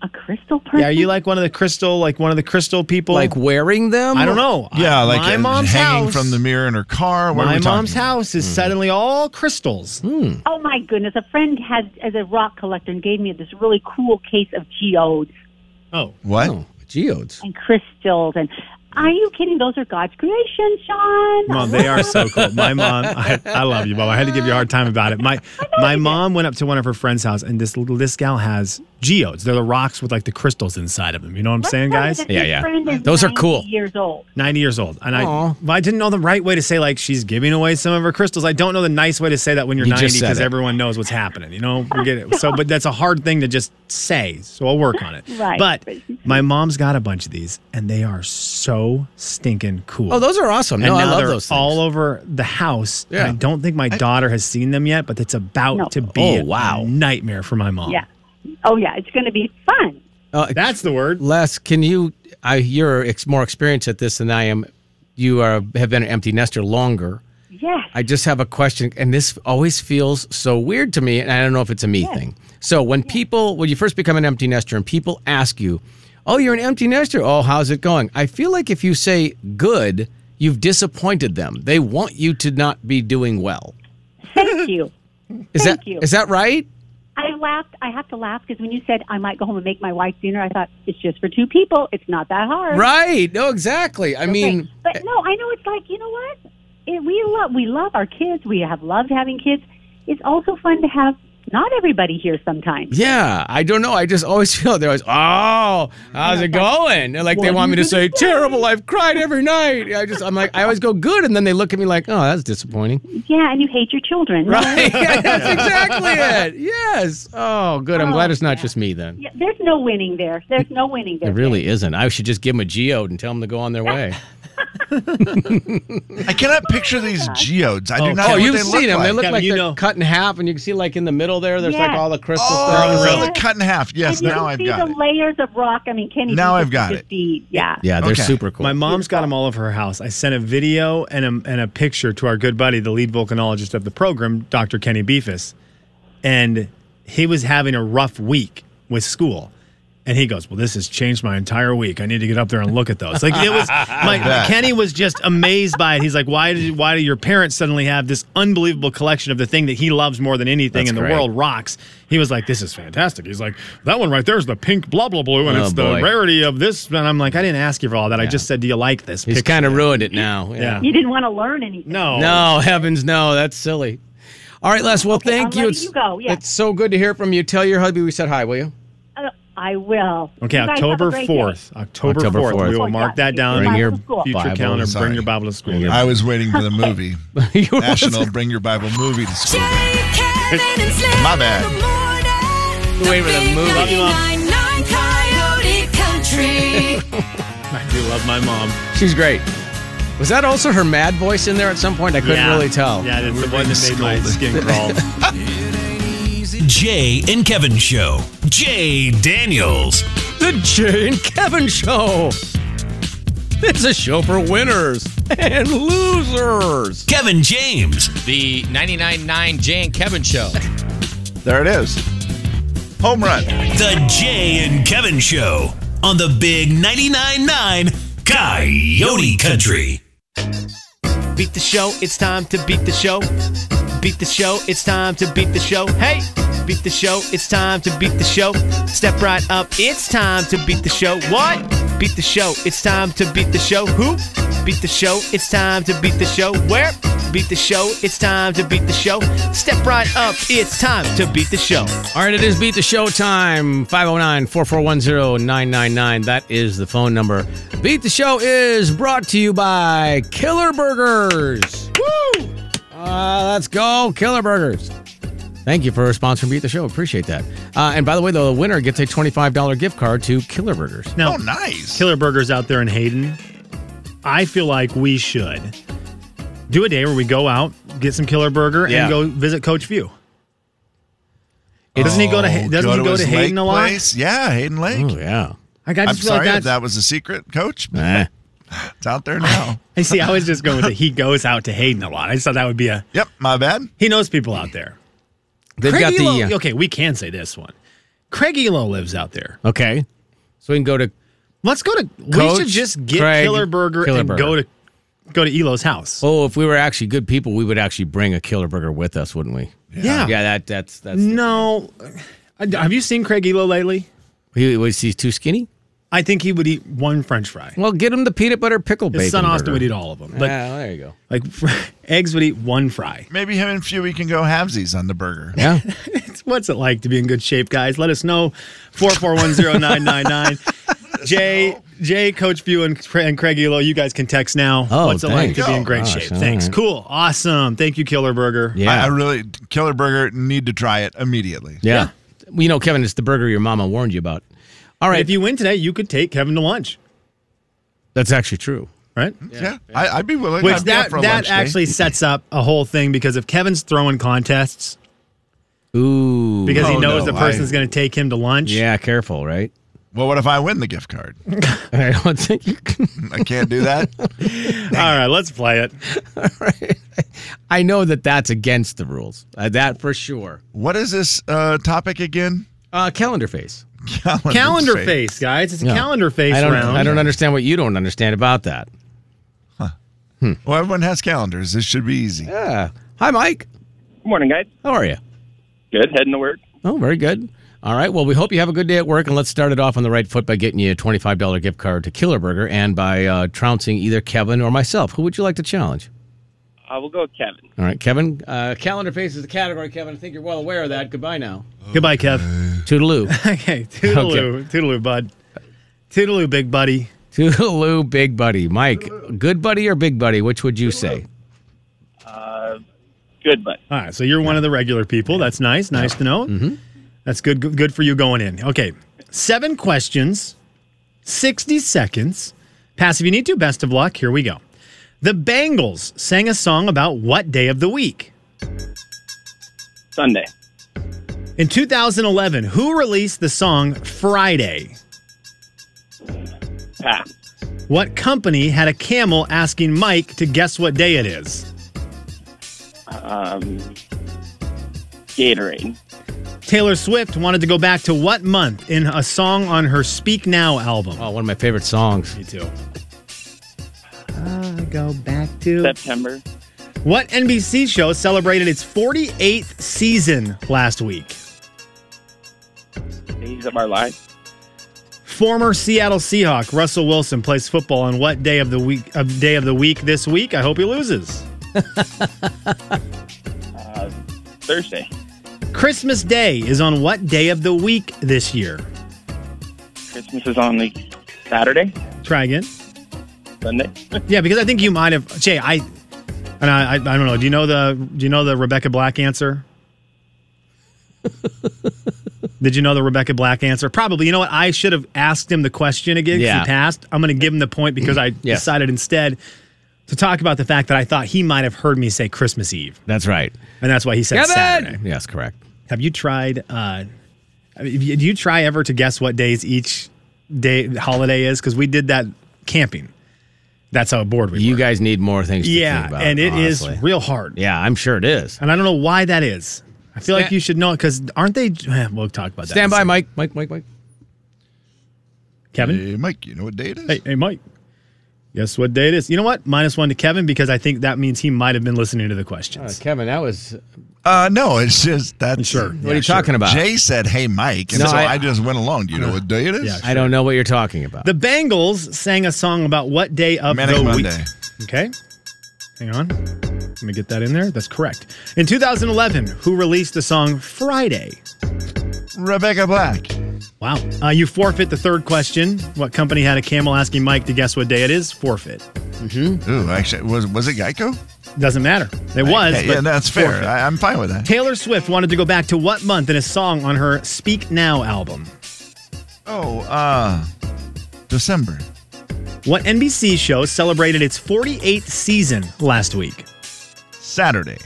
Speaker 10: A crystal person.
Speaker 7: Yeah, are you like one of the crystal like one of the crystal people?
Speaker 6: Like wearing them?
Speaker 7: I don't know.
Speaker 2: yeah,
Speaker 7: I-
Speaker 2: like
Speaker 7: my
Speaker 2: uh,
Speaker 7: mom's
Speaker 2: hanging
Speaker 7: house,
Speaker 2: from the mirror in her car. What are
Speaker 7: my
Speaker 2: we talking
Speaker 7: mom's
Speaker 2: about? Mm-hmm.
Speaker 7: house is suddenly all crystals.
Speaker 10: Oh my goodness! A friend had as a rock collector and gave me this really cool case of geodes
Speaker 7: Oh,
Speaker 2: What?
Speaker 6: Oh, geodes.
Speaker 10: and crystals. And are you kidding? Those are God's creation, Sean.
Speaker 7: [LAUGHS] Mom, they are so cool. My mom, I, I love you, Bob. I had to give you a hard time about [LAUGHS] it. My my mom went up to one of her friends' house, and this little this gal has geodes. They're the rocks with like the crystals inside of them. You know what I'm
Speaker 10: Let's
Speaker 7: saying,
Speaker 10: tell you
Speaker 7: guys?
Speaker 10: that
Speaker 6: Yeah,
Speaker 10: this
Speaker 6: yeah.
Speaker 10: friend is
Speaker 6: Those are
Speaker 10: 90
Speaker 6: cool.
Speaker 10: Years old.
Speaker 7: 90 years old. And I,
Speaker 6: Aw.
Speaker 7: well, I didn't know the right way to say, like, she's giving away some of her crystals. I don't know the nice way to say that when you're
Speaker 6: You just
Speaker 7: 90
Speaker 6: said
Speaker 7: because
Speaker 6: it.
Speaker 7: everyone knows what's happening, you know? We get it. So, but that's a hard thing to just say. So I'll work on it.
Speaker 10: Right.
Speaker 7: But my mom's got a bunch of these and they are so stinking cool.
Speaker 6: Oh, those are awesome.
Speaker 7: and
Speaker 6: No, I
Speaker 7: now
Speaker 6: love
Speaker 7: they're
Speaker 6: those things.
Speaker 7: all over the house. and
Speaker 6: Yeah.
Speaker 7: I don't think my daughter has seen them yet, but it's about
Speaker 10: No.
Speaker 7: to be
Speaker 6: Oh, wow.
Speaker 7: a nightmare for my mom.
Speaker 10: Yeah. Oh yeah, it's going to be fun.
Speaker 6: Uh,
Speaker 7: That's the word.
Speaker 6: Les, can you? I, you're ex- more experienced at this than I am. You are have been an empty nester longer.
Speaker 10: Yes.
Speaker 6: I just have a question, and this always feels so weird to me, and I don't know if it's a me thing. So when people, when you first become an empty nester, and people ask you, "Oh, you're an empty nester. Oh, how's it going?" I feel like if you say "good," you've disappointed them. They want you to not be doing well.
Speaker 10: Thank you.
Speaker 6: [LAUGHS] Is
Speaker 10: Thank
Speaker 6: that
Speaker 10: you.
Speaker 6: is that right?
Speaker 10: I laughed. I have to laugh because when you said I might go home and make my wife dinner, I thought it's just for two people. It's not that hard.
Speaker 6: Right. No, exactly. I mean,
Speaker 10: Okay. but no, I know it's like you know what? It, we love we love our kids. We have loved having kids. It's also fun to have not everybody here sometimes.
Speaker 6: Yeah, I don't know. I just always [LAUGHS] feel they're always, oh, how's it going? And like they
Speaker 10: What
Speaker 6: want
Speaker 10: are
Speaker 6: me to
Speaker 10: you
Speaker 6: say,
Speaker 10: gonna say?
Speaker 6: terrible. I've cried every night. I just, I'm like, I always go good, and then they look at me like, oh, that's disappointing. [LAUGHS]
Speaker 10: Yeah, and you hate your children.
Speaker 6: Right? Yeah, [LAUGHS] that's exactly it. Yes. Oh, good. I'm glad it's not just me then.
Speaker 10: Yeah, there's no winning there. There's no winning there.
Speaker 6: It really isn't. I should just give them a geode and tell them to go on their way.
Speaker 2: I cannot picture these geodes. I do
Speaker 7: Oh,
Speaker 2: not
Speaker 6: Oh,
Speaker 2: know what
Speaker 6: you've
Speaker 2: they
Speaker 6: seen
Speaker 2: look
Speaker 6: them.
Speaker 2: like.
Speaker 6: They look
Speaker 7: Kevin,
Speaker 6: like
Speaker 7: you
Speaker 6: they're
Speaker 7: know.
Speaker 6: cut in half, and you can see like in the middle there, there's like
Speaker 10: Yeah.
Speaker 6: all the crystal stuff.
Speaker 2: Oh,
Speaker 10: Yeah.
Speaker 2: the cut in half. Yes,
Speaker 10: And you
Speaker 2: now
Speaker 10: can
Speaker 2: I've
Speaker 10: see
Speaker 2: got
Speaker 10: the
Speaker 2: it.
Speaker 10: layers of rock. I mean, Kenny.
Speaker 2: Now
Speaker 10: you
Speaker 2: I've
Speaker 10: could
Speaker 2: got
Speaker 10: just
Speaker 2: it.
Speaker 10: Be, yeah.
Speaker 6: Yeah, they're
Speaker 2: Okay.
Speaker 6: super cool.
Speaker 7: My mom's got them all over her house. I sent a video and a, and a picture to our good buddy, the lead volcanologist of the program, Dr. Kenny Beefus. And he was having a rough week with school. And he goes, Well, this has changed my entire week. I need to get up there and look at those. Like it
Speaker 6: [LAUGHS]
Speaker 7: was like
Speaker 2: bet.
Speaker 7: Kenny was just amazed by it. He's like, Why did why do your parents suddenly have this unbelievable collection of the thing that he loves more than anything
Speaker 6: That's
Speaker 7: in the
Speaker 6: great.
Speaker 7: world rocks? He was like, This is fantastic. He's like, That one right there is the pink blah blah blue, and
Speaker 6: Oh,
Speaker 7: it's
Speaker 6: boy.
Speaker 7: the rarity of this. And I'm like, I didn't ask you for all that. I just said, Do you like this?
Speaker 6: He's
Speaker 7: picture?"
Speaker 6: kind of ruined it now. Yeah.
Speaker 10: You didn't want to learn anything.
Speaker 7: No.
Speaker 6: No, heavens, no. That's silly. All right, Les. Well, thank
Speaker 10: I'm
Speaker 6: you.
Speaker 10: letting you go, yeah.
Speaker 6: It's so good to hear from you. Tell your hubby we said hi, will you? [LAUGHS]
Speaker 10: Uh, I will.
Speaker 7: Okay,
Speaker 10: You guys have a
Speaker 7: October
Speaker 10: great day.
Speaker 7: fourth. October
Speaker 6: October
Speaker 7: fourth. We
Speaker 6: 4th.
Speaker 7: will mark that down.
Speaker 10: Bring
Speaker 7: in
Speaker 10: your
Speaker 7: future
Speaker 6: Bible.
Speaker 7: calendar.
Speaker 2: Sorry.
Speaker 7: Bring your Bible to school.
Speaker 2: I was waiting for the [LAUGHS] movie.
Speaker 6: You were-
Speaker 2: National Bring Your Bible movie to school.
Speaker 9: Jay, Kevin, and Slim.
Speaker 2: My bad.
Speaker 9: in the morning.
Speaker 6: Wait for the
Speaker 9: Big
Speaker 6: move. Love you, Mom.
Speaker 9: 99.9 Coyote Country.
Speaker 7: I do love my mom.
Speaker 6: She's great. Was that also her mad voice in there at some point? I couldn't
Speaker 7: Yeah.
Speaker 6: really tell.
Speaker 7: Yeah, it's the one that made my skin crawl.
Speaker 4: Jay and Kevin Show. Jay Daniels.
Speaker 6: The Jay and Kevin Show. It's a show for winners and losers.
Speaker 4: Kevin James.
Speaker 11: The 99.9 Jay and Kevin Show.
Speaker 2: [LAUGHS] There it is. Home run.
Speaker 4: The Jay and Kevin Show on the Big 99.9 Coyote Country.
Speaker 7: beat the show. It's time to beat the show. Beat the show. It's time to beat the show. Hey, beat the show. It's time to beat the show. Step right up. It's time to beat the show. What? Beat the show. It's time to beat the show. Who? Beat the show. It's time to beat the show. Where? Beat the show. It's time to beat the show. Step right up. It's time to beat the show.
Speaker 6: All right, it is Beat the oh Show time. 509 4410 999. That is the phone number. Beat the Show is brought to you by Killer Burgers. Woo! Uh, let's go, Killer Burgers. Thank you for sponsoring Beat the Show. Appreciate that. Uh, and by the way, though, the winner gets a $25 gift card to Killer Burgers.
Speaker 7: Now,
Speaker 2: Oh, nice.
Speaker 7: Killer Burgers out there in Hayden, I feel like we should do a day where we go out, get some Killer Burger,
Speaker 6: Yeah.
Speaker 7: and go visit Coach View. doesn't he go to Ha- doesn't he go to
Speaker 2: Oh, his
Speaker 7: Hayden
Speaker 2: lake
Speaker 7: a lot?
Speaker 2: Place? Yeah, Hayden Lake.
Speaker 6: Oh, yeah. Eh.
Speaker 7: Like, I
Speaker 2: I'm
Speaker 7: just feel
Speaker 2: sorry
Speaker 7: like
Speaker 2: if
Speaker 7: that's,
Speaker 2: that was a secret, Coach. But It's out there
Speaker 7: [LAUGHS]
Speaker 2: now.
Speaker 7: I see. I was just going with it. He goes out to Hayden a lot. I just thought that would be a.
Speaker 2: yep, my bad.
Speaker 7: He knows people out there.
Speaker 6: They've got
Speaker 7: Craig Elo-
Speaker 6: the. uh,
Speaker 7: okay, we can say this one. Craig Elo lives out there.
Speaker 6: uh, okay. So we can go to.
Speaker 7: Let's go to. we
Speaker 6: Coach
Speaker 7: should just get
Speaker 6: Craig
Speaker 7: Killer Burger
Speaker 6: Killer
Speaker 7: and
Speaker 6: Burger.
Speaker 7: go to go to Elo's house.
Speaker 6: Oh, if we were actually good people, we would actually bring a Killer Burger with us, wouldn't we?
Speaker 7: yeah.
Speaker 6: Yeah, that that's that's.
Speaker 7: No. I- Have you seen Craig Elo lately?
Speaker 6: He was he's too skinny.
Speaker 7: I think he would eat one French fry.
Speaker 6: Well, get him the peanut butter pickle bacon.
Speaker 7: His son Austin
Speaker 6: burger.
Speaker 7: would eat all of them, but
Speaker 6: yeah, there
Speaker 7: [LAUGHS]
Speaker 6: you go.
Speaker 7: like eggs would eat one fry.
Speaker 2: Maybe him and Fuey can go halvesies on the burger.
Speaker 6: Yeah,
Speaker 7: It's- [LAUGHS] What's it like to be in good shape, guys? Let us know. Four four one zero nine nine nine. Jay, Jay, Coach View, and, Cra- and Craig Elo, you guys can text now.
Speaker 6: Oh,
Speaker 7: What's it like
Speaker 6: thanks.
Speaker 7: to be in great
Speaker 6: Gosh,
Speaker 7: shape?
Speaker 6: all
Speaker 7: Thanks.
Speaker 6: right.
Speaker 7: Cool. Awesome. Thank you, Killer Burger.
Speaker 6: yeah,
Speaker 2: I, I really Killer Burger need to try it immediately.
Speaker 6: yeah. Well, You know, Kevin, it's the burger your mama warned you about. All right,
Speaker 7: If you win today, you could take Kevin to lunch,
Speaker 6: that's actually true.
Speaker 7: right?
Speaker 2: Yeah, I, I'd be willing.
Speaker 7: Which
Speaker 2: I'd be up
Speaker 7: that
Speaker 2: for a lunch
Speaker 7: that
Speaker 2: day.
Speaker 7: actually sets up a whole thing because if Kevin's throwing contests
Speaker 6: Ooh,
Speaker 7: because he
Speaker 2: Oh,
Speaker 7: knows
Speaker 2: no,
Speaker 7: the
Speaker 2: I-
Speaker 7: person's going to take him to lunch,
Speaker 6: yeah, careful, right? [LAUGHS]
Speaker 2: Well, what if I win the gift card?
Speaker 6: I don't think you can. [LAUGHS]
Speaker 2: I can't do that.
Speaker 7: All right, let's
Speaker 2: [LAUGHS]
Speaker 7: play it.
Speaker 6: I know that that's against the rules. Uh, that for sure.
Speaker 2: what is this uh, topic again?
Speaker 6: Uh, calendar face.
Speaker 2: Calendar,
Speaker 7: Calendar
Speaker 2: fate.
Speaker 7: face, guys. It's a
Speaker 6: Yeah.
Speaker 7: calendar face
Speaker 6: I don't.
Speaker 7: round.
Speaker 6: I don't understand what you don't understand about that.
Speaker 2: Well, everyone has calendars. This should be easy.
Speaker 6: Yeah. Hi, Mike.
Speaker 11: Good morning, guys.
Speaker 6: How are you?
Speaker 11: Good. Heading to work.
Speaker 6: Oh, very good. All right. Well, we hope you have a good day at work, and let's start it off on the right foot by getting you a twenty-five dollar gift card to Killer Burger, and by uh, trouncing either Kevin or myself. Who would you like to challenge?
Speaker 11: I will go with Kevin.
Speaker 6: All right, Kevin. Uh, calendar face is the category, Kevin. I think you're well aware of that. Goodbye now.
Speaker 7: Goodbye, Kev. [LAUGHS]
Speaker 6: Toodaloo,
Speaker 7: Okay, toodaloo, toodaloo, bud. Toodaloo, big buddy.
Speaker 6: toodaloo, big buddy, Mike. Good buddy or big buddy? Which would you say?
Speaker 11: Good, but
Speaker 7: All right, so you're one of the regular people. That's nice. Nice to know. That's good. good- Good for you going in. Okay, seven questions, sixty seconds. Pass if you need to. Best of luck. Here we go. The Bangles sang a song about what day of the week?
Speaker 11: Sunday.
Speaker 7: In 2011, who released the song Friday?
Speaker 11: Pass.
Speaker 7: What company had a camel asking Mike to guess what day it is?
Speaker 11: Um, Gatorade.
Speaker 7: Taylor Swift wanted to go back to what month in a song on her Speak Now album?
Speaker 6: Oh, one of my favorite songs.
Speaker 7: Me too. I go back to
Speaker 11: September.
Speaker 7: What NBC show celebrated its 48th season last week?
Speaker 11: Days of our life.
Speaker 7: Former Seattle Seahawk Russell Wilson plays football on what day of the week of day of the week this week? I hope he loses.
Speaker 11: Uh, Thursday.
Speaker 7: Christmas Day is on what day of the week this year?
Speaker 11: Christmas is on the Saturday,
Speaker 7: Try again.
Speaker 11: Sunday.
Speaker 7: Yeah, because I think you might have Jay, I and I, I I don't know. Do you know the do you know the Rebecca
Speaker 6: [LAUGHS]
Speaker 7: Black answer? Did you know the Rebecca Black answer? Probably. You know what? I should have asked him the question again 'cause
Speaker 6: Yeah.
Speaker 7: he passed. I'm going to give him the point because I
Speaker 6: [CLEARS THROAT] Yeah.
Speaker 7: decided instead to talk about the fact that I thought he might have heard me say Christmas Eve.
Speaker 6: That's right.
Speaker 7: And that's why he said
Speaker 6: Kevin!
Speaker 7: Saturday.
Speaker 6: Yes, correct.
Speaker 7: Have you tried? Uh, I mean, do you try ever to guess what days each day holiday is? Because we did that camping. That's how bored we
Speaker 6: You
Speaker 7: were.
Speaker 6: guys need more things to think
Speaker 7: yeah,
Speaker 6: about.
Speaker 7: and it is
Speaker 6: honestly.
Speaker 7: real hard.
Speaker 6: Yeah, I'm sure it is.
Speaker 7: And I don't know why that is. I feel like
Speaker 6: Stand-
Speaker 7: you should know it because aren't they? eh, We'll talk about that. in a
Speaker 6: Stand by,
Speaker 7: second.
Speaker 6: Mike. Mike, Mike, Mike.
Speaker 7: Kevin.
Speaker 2: Hey, Mike, you know what day it is?
Speaker 7: Hey, hey, Mike. Guess what day it is? You know what? Minus one to Kevin because I think that means he might have been listening to the
Speaker 6: Uh,
Speaker 7: questions.
Speaker 6: Kevin, that was.
Speaker 2: Uh, no, it's just that's
Speaker 7: Sure.
Speaker 6: What are you talking about?
Speaker 2: Jay said, "Hey, Mike," and
Speaker 6: No,
Speaker 2: so
Speaker 6: I-
Speaker 2: I, just went along. Do you know what day it is?
Speaker 7: Yeah.
Speaker 6: I don't know what you're talking about. [LAUGHS]
Speaker 7: The Bengals sang a song about what day of
Speaker 2: Manic
Speaker 7: the
Speaker 2: Monday.
Speaker 7: week. Okay. Hang on. Let me get that in there. That's correct. In 2011, who released the song Friday?
Speaker 2: Rebecca Black.
Speaker 7: Wow. Uh, you forfeit the third question. What company had a camel asking Mike to guess what day it is? Forfeit.
Speaker 2: Ooh, actually, was was it Geico?
Speaker 7: Doesn't matter. It was.
Speaker 2: Hey,
Speaker 7: but
Speaker 2: yeah, that's fair.
Speaker 7: forfeit.
Speaker 2: I, I'm fine with that.
Speaker 7: Taylor Swift wanted to go back to what month in a song on her Speak Now album?
Speaker 2: Oh, uh, December.
Speaker 7: What NBC show celebrated its 48th season last week?
Speaker 2: Saturday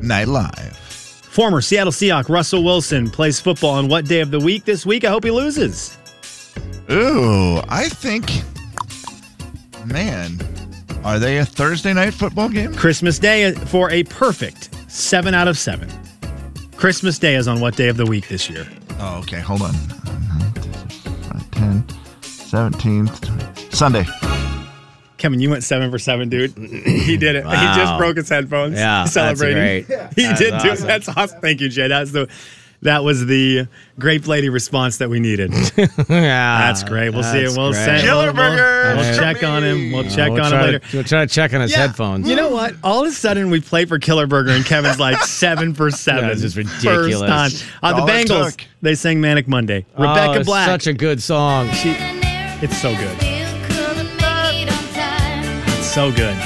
Speaker 2: Night Live.
Speaker 7: Former Seattle Seahawk Russell Wilson plays football on what day of the week this week? I hope he loses.
Speaker 2: Ooh, I think, man, are they a Thursday night football game?
Speaker 7: Christmas Day for a perfect seven out of seven. Christmas Day is on what day of the week this year?
Speaker 2: Oh, okay, hold on. 10, 17, Sunday.
Speaker 7: Kevin, you went seven for seven, dude. he did it.
Speaker 6: Wow.
Speaker 7: He just broke his headphones.
Speaker 6: Yeah, that's
Speaker 7: celebrating.
Speaker 6: great.
Speaker 7: [LAUGHS] He
Speaker 6: That's
Speaker 7: did do it.
Speaker 6: awesome.
Speaker 7: That's awesome. Thank you, Jay. That's the that was the grape lady response that we needed.
Speaker 6: [LAUGHS] yeah,
Speaker 7: Ah, That's great. We'll see
Speaker 6: that's
Speaker 7: it. We'll
Speaker 6: great.
Speaker 7: say
Speaker 2: Killer
Speaker 7: we'll, we'll-
Speaker 2: burgers
Speaker 7: We'll,
Speaker 2: for
Speaker 7: check on him.
Speaker 2: me.
Speaker 7: We'll check
Speaker 6: We'll
Speaker 7: on
Speaker 6: try
Speaker 7: him
Speaker 6: to-
Speaker 7: later.
Speaker 6: we'll try to check on his headphones.
Speaker 7: You know what? All of a sudden, we play for Killer Burger, and
Speaker 6: [LAUGHS]
Speaker 7: Kevin's like seven for seven.
Speaker 6: That is just
Speaker 7: First
Speaker 6: ridiculous.
Speaker 7: time. Uh, the
Speaker 2: All it
Speaker 7: Bengals,
Speaker 2: took.
Speaker 7: they sang Manic Monday.
Speaker 6: Oh,
Speaker 7: Rebecca
Speaker 6: it's
Speaker 7: Black.
Speaker 6: Such a good song.
Speaker 7: she, it's so good. It's so good.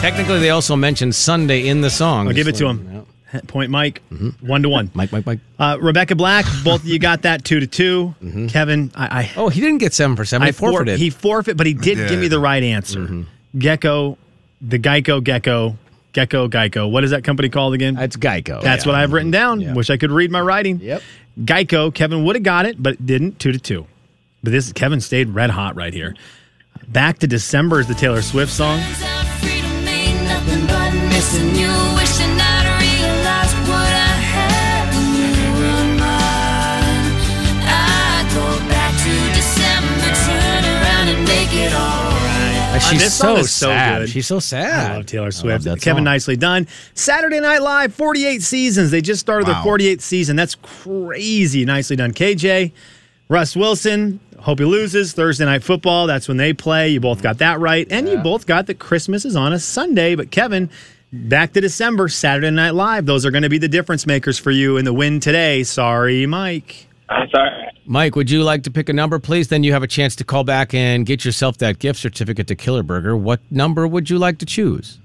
Speaker 6: Technically, they also mentioned Sunday in the song.
Speaker 7: I'll give it to him.
Speaker 6: Yeah.
Speaker 7: Point Mike,
Speaker 6: Mm-hmm.
Speaker 7: one to one.
Speaker 6: Mike, Mike, Mike.
Speaker 7: Uh,
Speaker 6: [LAUGHS]
Speaker 7: Rebecca Black, both of you got that two to 2 Kevin, I, I,
Speaker 6: Oh, Mm-hmm. he didn't get seven percent.
Speaker 7: I
Speaker 6: He
Speaker 7: for-
Speaker 6: forfeited. Mm-hmm.
Speaker 7: he forfeit, but he did
Speaker 2: Yeah.
Speaker 7: give me the right answer. Gecko, the Geico Gecko, Gecko Geico. What is that company called again?
Speaker 6: That's Geico.
Speaker 7: That's
Speaker 6: Yeah.
Speaker 7: what I've written down. Wish I could read my writing.
Speaker 6: Yep.
Speaker 7: Geico, Kevin would have got it, but didn't. Two to two. But this Kevin stayed red hot right here. Back to December is the Taylor Swift song.
Speaker 6: And She's
Speaker 7: Uh, this
Speaker 6: so
Speaker 7: song is so
Speaker 6: sad.
Speaker 7: good.
Speaker 6: She's so sad.
Speaker 7: I love Taylor
Speaker 6: love
Speaker 7: Swift.
Speaker 6: that
Speaker 7: Kevin,
Speaker 6: song.
Speaker 7: nicely done. Saturday Night Live, 48 seasons. They just started
Speaker 2: Wow.
Speaker 7: their 48th season. That's crazy. Nicely done, KJ. Russ Wilson, hope he loses. Thursday Night Football, that's when they play. You both got that right. And you both got that Christmas is on a Sunday. But Kevin, back to December, Saturday Night Live. Those are going to be the difference makers for you in the win today. Sorry, Mike.
Speaker 11: I'm sorry.
Speaker 6: Mike, would you like to pick a number, please? Then you have a chance to call back and get yourself that gift certificate to Killer Burger. What number would you like to choose?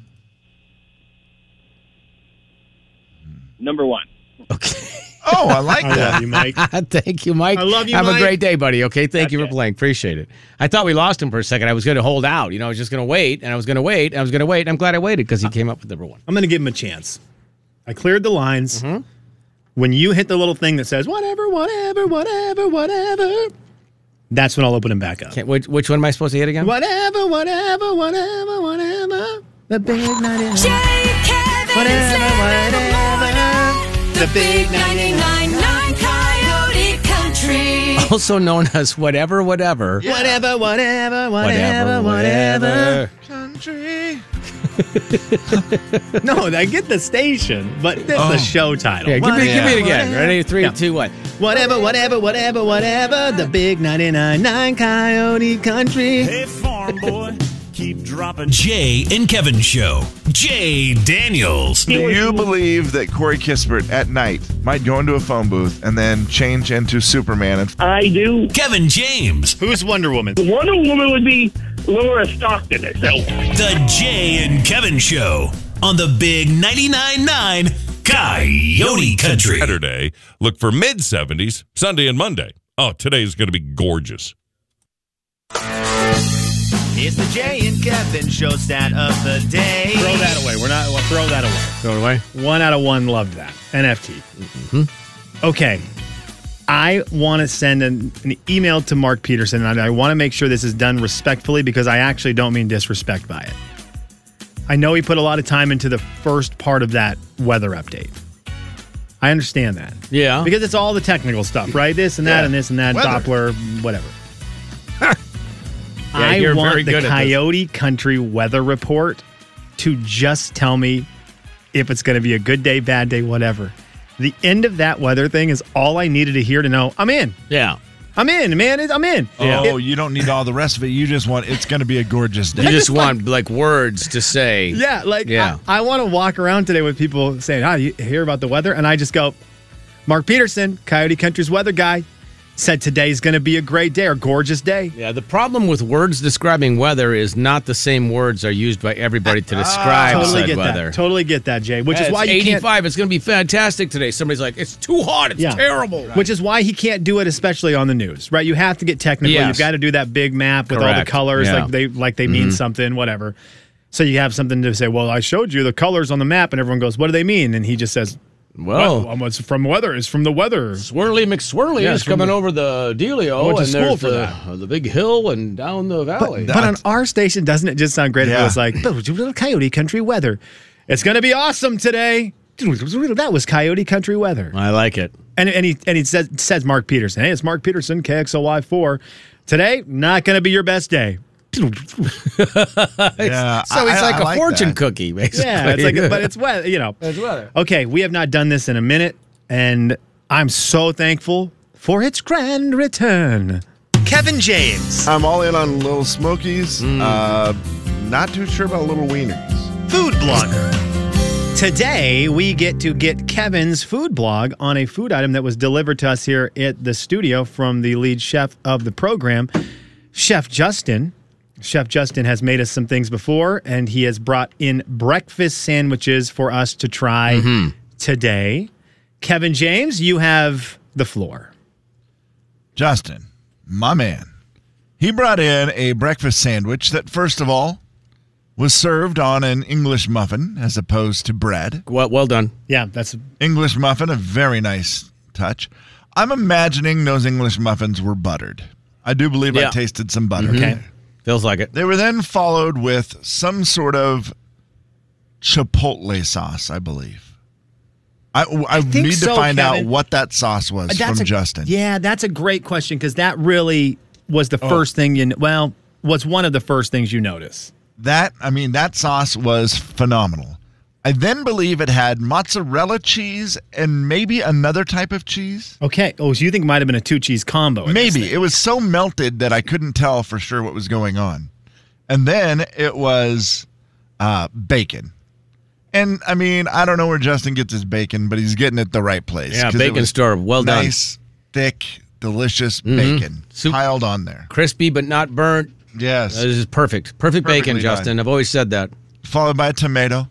Speaker 11: Number one.
Speaker 2: Oh, I like
Speaker 7: I
Speaker 2: that.
Speaker 7: love you, Mike.
Speaker 6: [LAUGHS] Thank you, Mike.
Speaker 7: I love you,
Speaker 6: Have a
Speaker 7: Mike.
Speaker 6: great day, buddy. Okay, thank you for playing. Appreciate it. I thought we lost him for a second. I was going to hold out. You know, I was just going to wait, and I was going to wait, and I was going to wait. And I'm glad I waited because he came up with number one.
Speaker 7: I'm going to give him a chance. I cleared the lines.
Speaker 6: Mm-hmm.
Speaker 7: When you hit the little thing that says whatever, whatever, whatever, whatever, that's when I'll open him back up.
Speaker 6: Can't, which, which one am I supposed to hit again?
Speaker 7: Whatever, whatever, whatever, whatever. The big night in
Speaker 9: Jay, Kevin, and Slim in the morning. The big 99.9 country.
Speaker 6: also known as whatever, whatever.
Speaker 7: Whatever, whatever, whatever, whatever.
Speaker 6: whatever.
Speaker 2: Country.
Speaker 7: no, I get the station, but it's
Speaker 2: Oh.
Speaker 7: the show title.
Speaker 6: Yeah, give, me, give me it again.
Speaker 7: Whatever,
Speaker 6: Ready? Three,
Speaker 7: Yeah.
Speaker 6: two, one.
Speaker 7: Whatever, whatever, whatever, whatever. The big 99.9 Coyote Country.
Speaker 4: Hey, farm boy, keep dropping. Jay and Kevin show. Jay Daniels.
Speaker 2: Do [LAUGHS] you believe that Corey Kispert at night might go into a phone booth and then change into Superman? And
Speaker 12: I do.
Speaker 4: Kevin James.
Speaker 7: Who's Wonder Woman?
Speaker 12: Wonder Woman would be Laura Stockton herself.
Speaker 4: The Jay and Kevin show on the big 99.9 9 Coyote Country.
Speaker 13: Saturday, look for mid 70s, Sunday and Monday. Oh, today's going to be gorgeous.
Speaker 7: It's the Jay and Kevin show stat of the day. Throw that away. We're not. Well, throw that away.
Speaker 6: Throw it away.
Speaker 7: One out of one loved that. NFT. Okay. I want to send an, an email to Mark Peterson, and I want to make sure this is done respectfully because I actually don't mean disrespect by it. I know he put a lot of time into the first part of that weather update. I understand that.
Speaker 6: Yeah.
Speaker 7: Because it's all the technical stuff, right? This and that,
Speaker 6: Oh. Yeah.
Speaker 7: and this and that,
Speaker 6: Weather.
Speaker 7: Doppler, whatever.
Speaker 6: Yeah,
Speaker 7: I
Speaker 6: you're
Speaker 7: want
Speaker 6: very
Speaker 7: the
Speaker 6: good at this.
Speaker 7: Coyote Country weather report to just tell me if it's going to be a good day, bad day, whatever. The end of that weather thing is all I needed to hear to know. I'm in.
Speaker 6: Yeah.
Speaker 7: I'm in, man. It- I'm in.
Speaker 2: Oh, you don't need all the rest of it. You just want it's going to be a gorgeous day.
Speaker 6: You just want like words to say.
Speaker 7: Yeah, like
Speaker 6: Yeah.
Speaker 7: I, want to walk around today with people saying, "Ah, you hear about the weather?" And I just go, "Mark Peterson, Coyote Country's weather guy, said today's going to be a great day or gorgeous day."
Speaker 6: Yeah, the problem with words describing weather is not the same words are used by everybody to describe
Speaker 7: Ah, totally
Speaker 6: said
Speaker 7: get
Speaker 6: weather.
Speaker 7: that. Totally get that, Jay. Which
Speaker 6: Yeah,
Speaker 7: is why
Speaker 6: it's
Speaker 7: you can't.
Speaker 6: 85. It's going to be fantastic today. Somebody's like, it's too hot. It's
Speaker 7: Yeah.
Speaker 6: terrible.
Speaker 7: Which is why he can't do it, especially on the news, right? You have to get technical.
Speaker 6: Yes.
Speaker 7: You've got to do that big map with all the
Speaker 6: Correct.
Speaker 7: colors,
Speaker 6: Yeah.
Speaker 7: like they like they mean
Speaker 6: Mhm.
Speaker 7: something, whatever. So you have something to say. Well, I showed you the colors on the map, and everyone goes, "What do they mean?" And he just says,
Speaker 6: Well-
Speaker 7: "Well, um, it's from weather. It's from the weather."
Speaker 6: Swirly McSwirly
Speaker 7: Yeah,
Speaker 6: is
Speaker 7: from-
Speaker 6: coming over the Dealio.
Speaker 7: I went to
Speaker 6: and
Speaker 7: school
Speaker 6: there's
Speaker 7: for
Speaker 6: the, uh, the big hill and down the valley.
Speaker 7: But on our station, doesn't it just sound great if
Speaker 2: Yeah.
Speaker 7: it was like, "Oh, little coyote country weather. It's going to be awesome today. [LAUGHS] That was coyote country weather.
Speaker 6: I like it.
Speaker 7: And, and he and he says, says Mark Peterson. Hey, it's Mark Peterson, KXLY four. Today, not going to be your best day.
Speaker 2: yeah,
Speaker 6: So it's
Speaker 2: I-
Speaker 6: like
Speaker 2: I
Speaker 6: a
Speaker 2: like
Speaker 6: fortune
Speaker 2: that.
Speaker 6: cookie, basically.
Speaker 7: Yeah, [LAUGHS] it's
Speaker 6: [LAUGHS]
Speaker 7: like, but it's weather. You know,
Speaker 6: It's weather.
Speaker 7: Okay, we have not done this in a minute, and I'm so thankful for its grand return. Kevin James,
Speaker 2: I'm all in on Little Smokies. Uh, not too sure about Little Wieners.
Speaker 7: food blogger. Today, we get to get Kevin's food blog on a food item that was delivered to us here at the studio from the lead chef of the program, Chef Justin. Chef Justin has made us some things before, and he has brought in breakfast sandwiches for us to try
Speaker 2: Mm-hmm.
Speaker 7: today. Kevin James, you have the floor.
Speaker 2: Justin, my man, he brought in a breakfast sandwich that, first of all, was served on an English muffin as opposed to bread.
Speaker 6: well, well done.
Speaker 7: Yeah, that's
Speaker 2: English muffin, a very nice touch. I'm imagining those English muffins were buttered. I do believe
Speaker 6: Yeah.
Speaker 2: I tasted some butter.
Speaker 7: okay.
Speaker 6: Feels like it.
Speaker 2: They were then followed with some sort of chipotle sauce, I believe. I, I,
Speaker 7: think
Speaker 2: need
Speaker 7: so,
Speaker 2: to find out
Speaker 7: Kevin.
Speaker 2: what that sauce was from
Speaker 7: a,
Speaker 2: Justin.
Speaker 7: Yeah, that's a great question because that really was the
Speaker 2: Oh.
Speaker 7: first thing you, well, was one of the first things you notice.
Speaker 2: That I mean, that sauce was phenomenal. I then believe it had mozzarella cheese and maybe another type of cheese.
Speaker 7: Okay. Oh, so you think it might have been a two cheese combo? in this
Speaker 2: Maybe
Speaker 7: thing.
Speaker 2: it was so melted that I couldn't tell for sure what was going on. And then it was uh, bacon. And I mean, I don't know where Justin gets his bacon, but he's getting it the right place.
Speaker 6: Yeah,
Speaker 2: 'cause it
Speaker 6: bacon
Speaker 2: was
Speaker 6: store. Well done. Mm-hmm.
Speaker 2: nice, thick, delicious bacon
Speaker 6: Soup.
Speaker 2: piled on there.
Speaker 6: Crispy but not burnt.
Speaker 2: Yes.
Speaker 6: Uh, This is perfect. Perfect bacon,
Speaker 2: Perfectly done.
Speaker 6: Justin. I've always said that.
Speaker 2: followed by a tomato,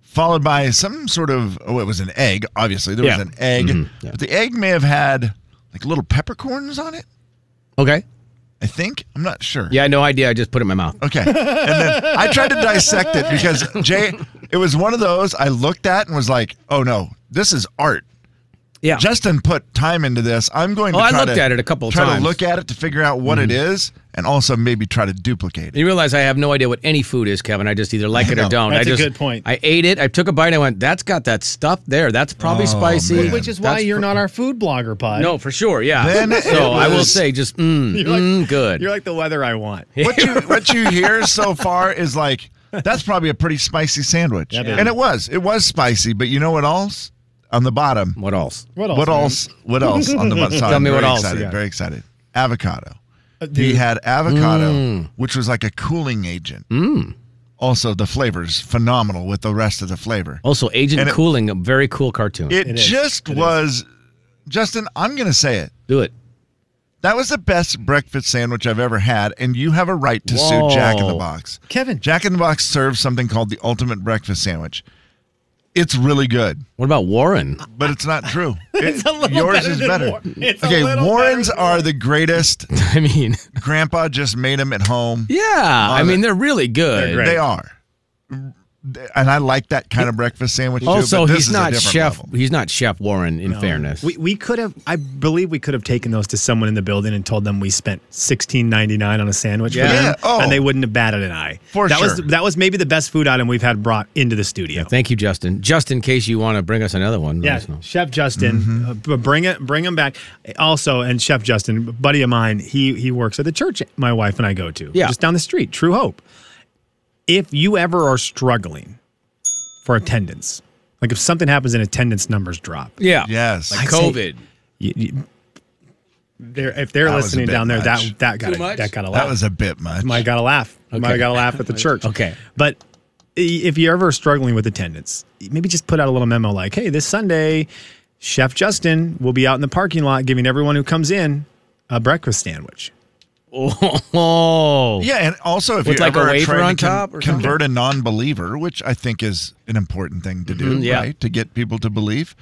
Speaker 2: followed by some sort of oh, it was an egg. Obviously, there
Speaker 6: Yeah.
Speaker 2: was an egg,
Speaker 6: Mhm, yeah.
Speaker 2: but the egg may have had like little peppercorns on it.
Speaker 6: Okay.
Speaker 2: I think I'm not sure.
Speaker 6: Yeah, no idea. I just put it in my mouth.
Speaker 2: Okay. And then I tried to dissect it because Jay, it was one of those I looked at and was like, oh no, this is art.
Speaker 6: Yeah.
Speaker 2: Justin put time into this. I'm going to
Speaker 6: Oh, I
Speaker 2: try
Speaker 6: looked
Speaker 2: to
Speaker 6: at it a couple of
Speaker 2: try
Speaker 6: times. Mm-hmm.
Speaker 2: to look at it to figure out what it is and also maybe try to duplicate it.
Speaker 6: You realize I have no idea what any food is, Kevin. I just either like it or
Speaker 2: No,
Speaker 6: don't.
Speaker 2: that's
Speaker 6: I
Speaker 2: a
Speaker 6: just,
Speaker 2: good point.
Speaker 6: I ate it. I took a bite. I went, that's got that stuff there. That's probably
Speaker 2: Oh,
Speaker 6: spicy.
Speaker 2: man.
Speaker 7: Which is why
Speaker 6: That's
Speaker 7: you're
Speaker 6: pr-
Speaker 7: not our food blogger pod.
Speaker 6: No, for sure. Yeah.
Speaker 2: Then it
Speaker 6: so I will
Speaker 2: was-
Speaker 6: say,
Speaker 2: [LAUGHS]
Speaker 6: just mm,
Speaker 7: You're like-
Speaker 6: mm, good.
Speaker 7: You're like the weather I want.
Speaker 2: What you what you hear so far is like that's probably a pretty spicy sandwich.
Speaker 7: Yeah, baby.
Speaker 2: and it was. It was spicy, but you know what else? On the bottom.
Speaker 6: What else?
Speaker 7: What else,
Speaker 2: What
Speaker 7: man?
Speaker 2: else? What else on the bottom? Sorry,
Speaker 6: Tell me
Speaker 2: very
Speaker 6: what else you
Speaker 2: Excited,
Speaker 6: got.
Speaker 2: Very excited. Avocado. He
Speaker 7: Uh, dude.
Speaker 2: had avocado, which was like a cooling agent. Also, the flavors phenomenal with the rest of the flavor.
Speaker 6: Also, Agent
Speaker 2: And it-
Speaker 6: Cooling, a very cool cartoon.
Speaker 2: It,
Speaker 7: It is.
Speaker 2: just
Speaker 7: It is.
Speaker 2: was, Justin. I'm gonna say it.
Speaker 6: Do it.
Speaker 2: That was the best breakfast sandwich I've ever had, and you have a right to sue Jack in the
Speaker 6: Whoa.
Speaker 2: Box.
Speaker 7: Kevin.
Speaker 2: Jack in the Box serves something called the ultimate breakfast sandwich. It's really good,
Speaker 6: What about Warren? [LAUGHS]
Speaker 2: but it's not true.
Speaker 7: [LAUGHS] It's a little
Speaker 2: yours
Speaker 7: better
Speaker 2: is
Speaker 7: than
Speaker 2: better.
Speaker 7: War- it's a
Speaker 2: okay,
Speaker 7: little
Speaker 2: Warrens
Speaker 7: better than
Speaker 2: are the greatest. [LAUGHS]
Speaker 6: I mean,
Speaker 2: Grandpa just made them at home.
Speaker 6: yeah. I mean, they're really good.
Speaker 7: great.
Speaker 2: They are. And I like that kind of breakfast sandwich too.
Speaker 6: Also,
Speaker 2: but this
Speaker 6: he's
Speaker 2: is a
Speaker 6: not
Speaker 2: different
Speaker 6: chef.
Speaker 2: level.
Speaker 6: He's not Chef Warren. In fairness,
Speaker 7: We, we could have, I believe we could have taken those to someone in the building and told them we spent sixteen ninety nine on a sandwich
Speaker 6: Yeah.
Speaker 7: for them,
Speaker 2: Yeah, oh.
Speaker 7: and they wouldn't have batted an eye.
Speaker 2: For
Speaker 7: that
Speaker 2: sure.
Speaker 7: was that was maybe the best food item we've had brought into the studio.
Speaker 6: thank you, Justin. Just in case you want to bring us another one, let
Speaker 7: Yeah,
Speaker 6: us know.
Speaker 7: Chef Justin,
Speaker 2: Mm-hmm.
Speaker 7: uh, b- bring it, bring him back. Also, and Chef Justin, a buddy of mine, he he works at the church my wife and I go to,
Speaker 6: Yeah.
Speaker 7: just down the street, True Hope. If you ever are struggling for attendance, like if something happens and attendance numbers drop,
Speaker 6: Yeah.
Speaker 2: Yes.
Speaker 6: Like
Speaker 7: I'd say-
Speaker 6: COVID.
Speaker 7: you, you, they're, if they're
Speaker 2: That was a
Speaker 7: listening
Speaker 2: bit
Speaker 7: down there,
Speaker 2: much.
Speaker 7: that that got
Speaker 6: Too
Speaker 7: a,
Speaker 6: much?
Speaker 7: that got a laugh.
Speaker 2: that was a bit much.
Speaker 7: might got a laugh. Might
Speaker 6: Okay.
Speaker 7: have got a laugh at the church.
Speaker 6: [LAUGHS] Okay.
Speaker 7: but i- if you're ever struggling with attendance, maybe just put out a little memo like, "Hey, this Sunday, Chef Justin will be out in the parking lot giving everyone who comes in a breakfast sandwich."
Speaker 6: Oh.
Speaker 2: Yeah, and also if
Speaker 6: With
Speaker 2: you're
Speaker 6: like a
Speaker 2: ever
Speaker 6: wafer
Speaker 2: trying
Speaker 6: on
Speaker 2: to con-
Speaker 6: top or
Speaker 2: convert a non-believer, which I think is an important thing to do,
Speaker 6: Mhm, yeah.
Speaker 2: right? To get people to believe,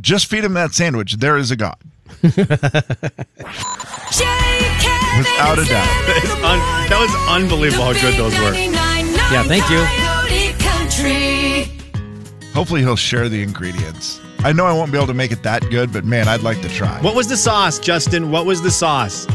Speaker 2: just feed them that sandwich. There is a God,
Speaker 9: Jay, Kevin,
Speaker 2: without a
Speaker 9: and Slim
Speaker 2: doubt.
Speaker 9: in the
Speaker 7: that was unbelievable how good those were.
Speaker 9: morning. 99.9
Speaker 6: Yeah, thank you.
Speaker 9: Coyote Country.
Speaker 2: Hopefully, he'll share the ingredients. I know I won't be able to make it that good, but man, I'd like to try.
Speaker 7: What was the sauce, Justin? What was the sauce?